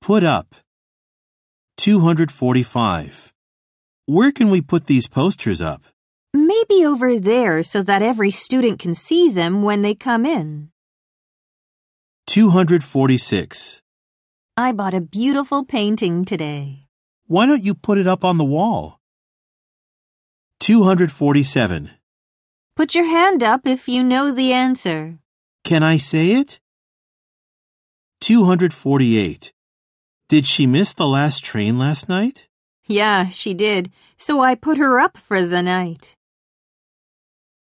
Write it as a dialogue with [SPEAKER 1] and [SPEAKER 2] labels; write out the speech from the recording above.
[SPEAKER 1] Put up. 245. Where can we put these posters up?
[SPEAKER 2] Maybe over there so that every student can see them when they come in.
[SPEAKER 1] 246.
[SPEAKER 2] I bought a beautiful painting today.
[SPEAKER 1] Why don't you put it up on the wall? 247.
[SPEAKER 2] Put your hand up if you know the answer.
[SPEAKER 1] Can I say it? 248. Did she miss the last train last night?
[SPEAKER 2] Yeah, she did, so I put her up for the night.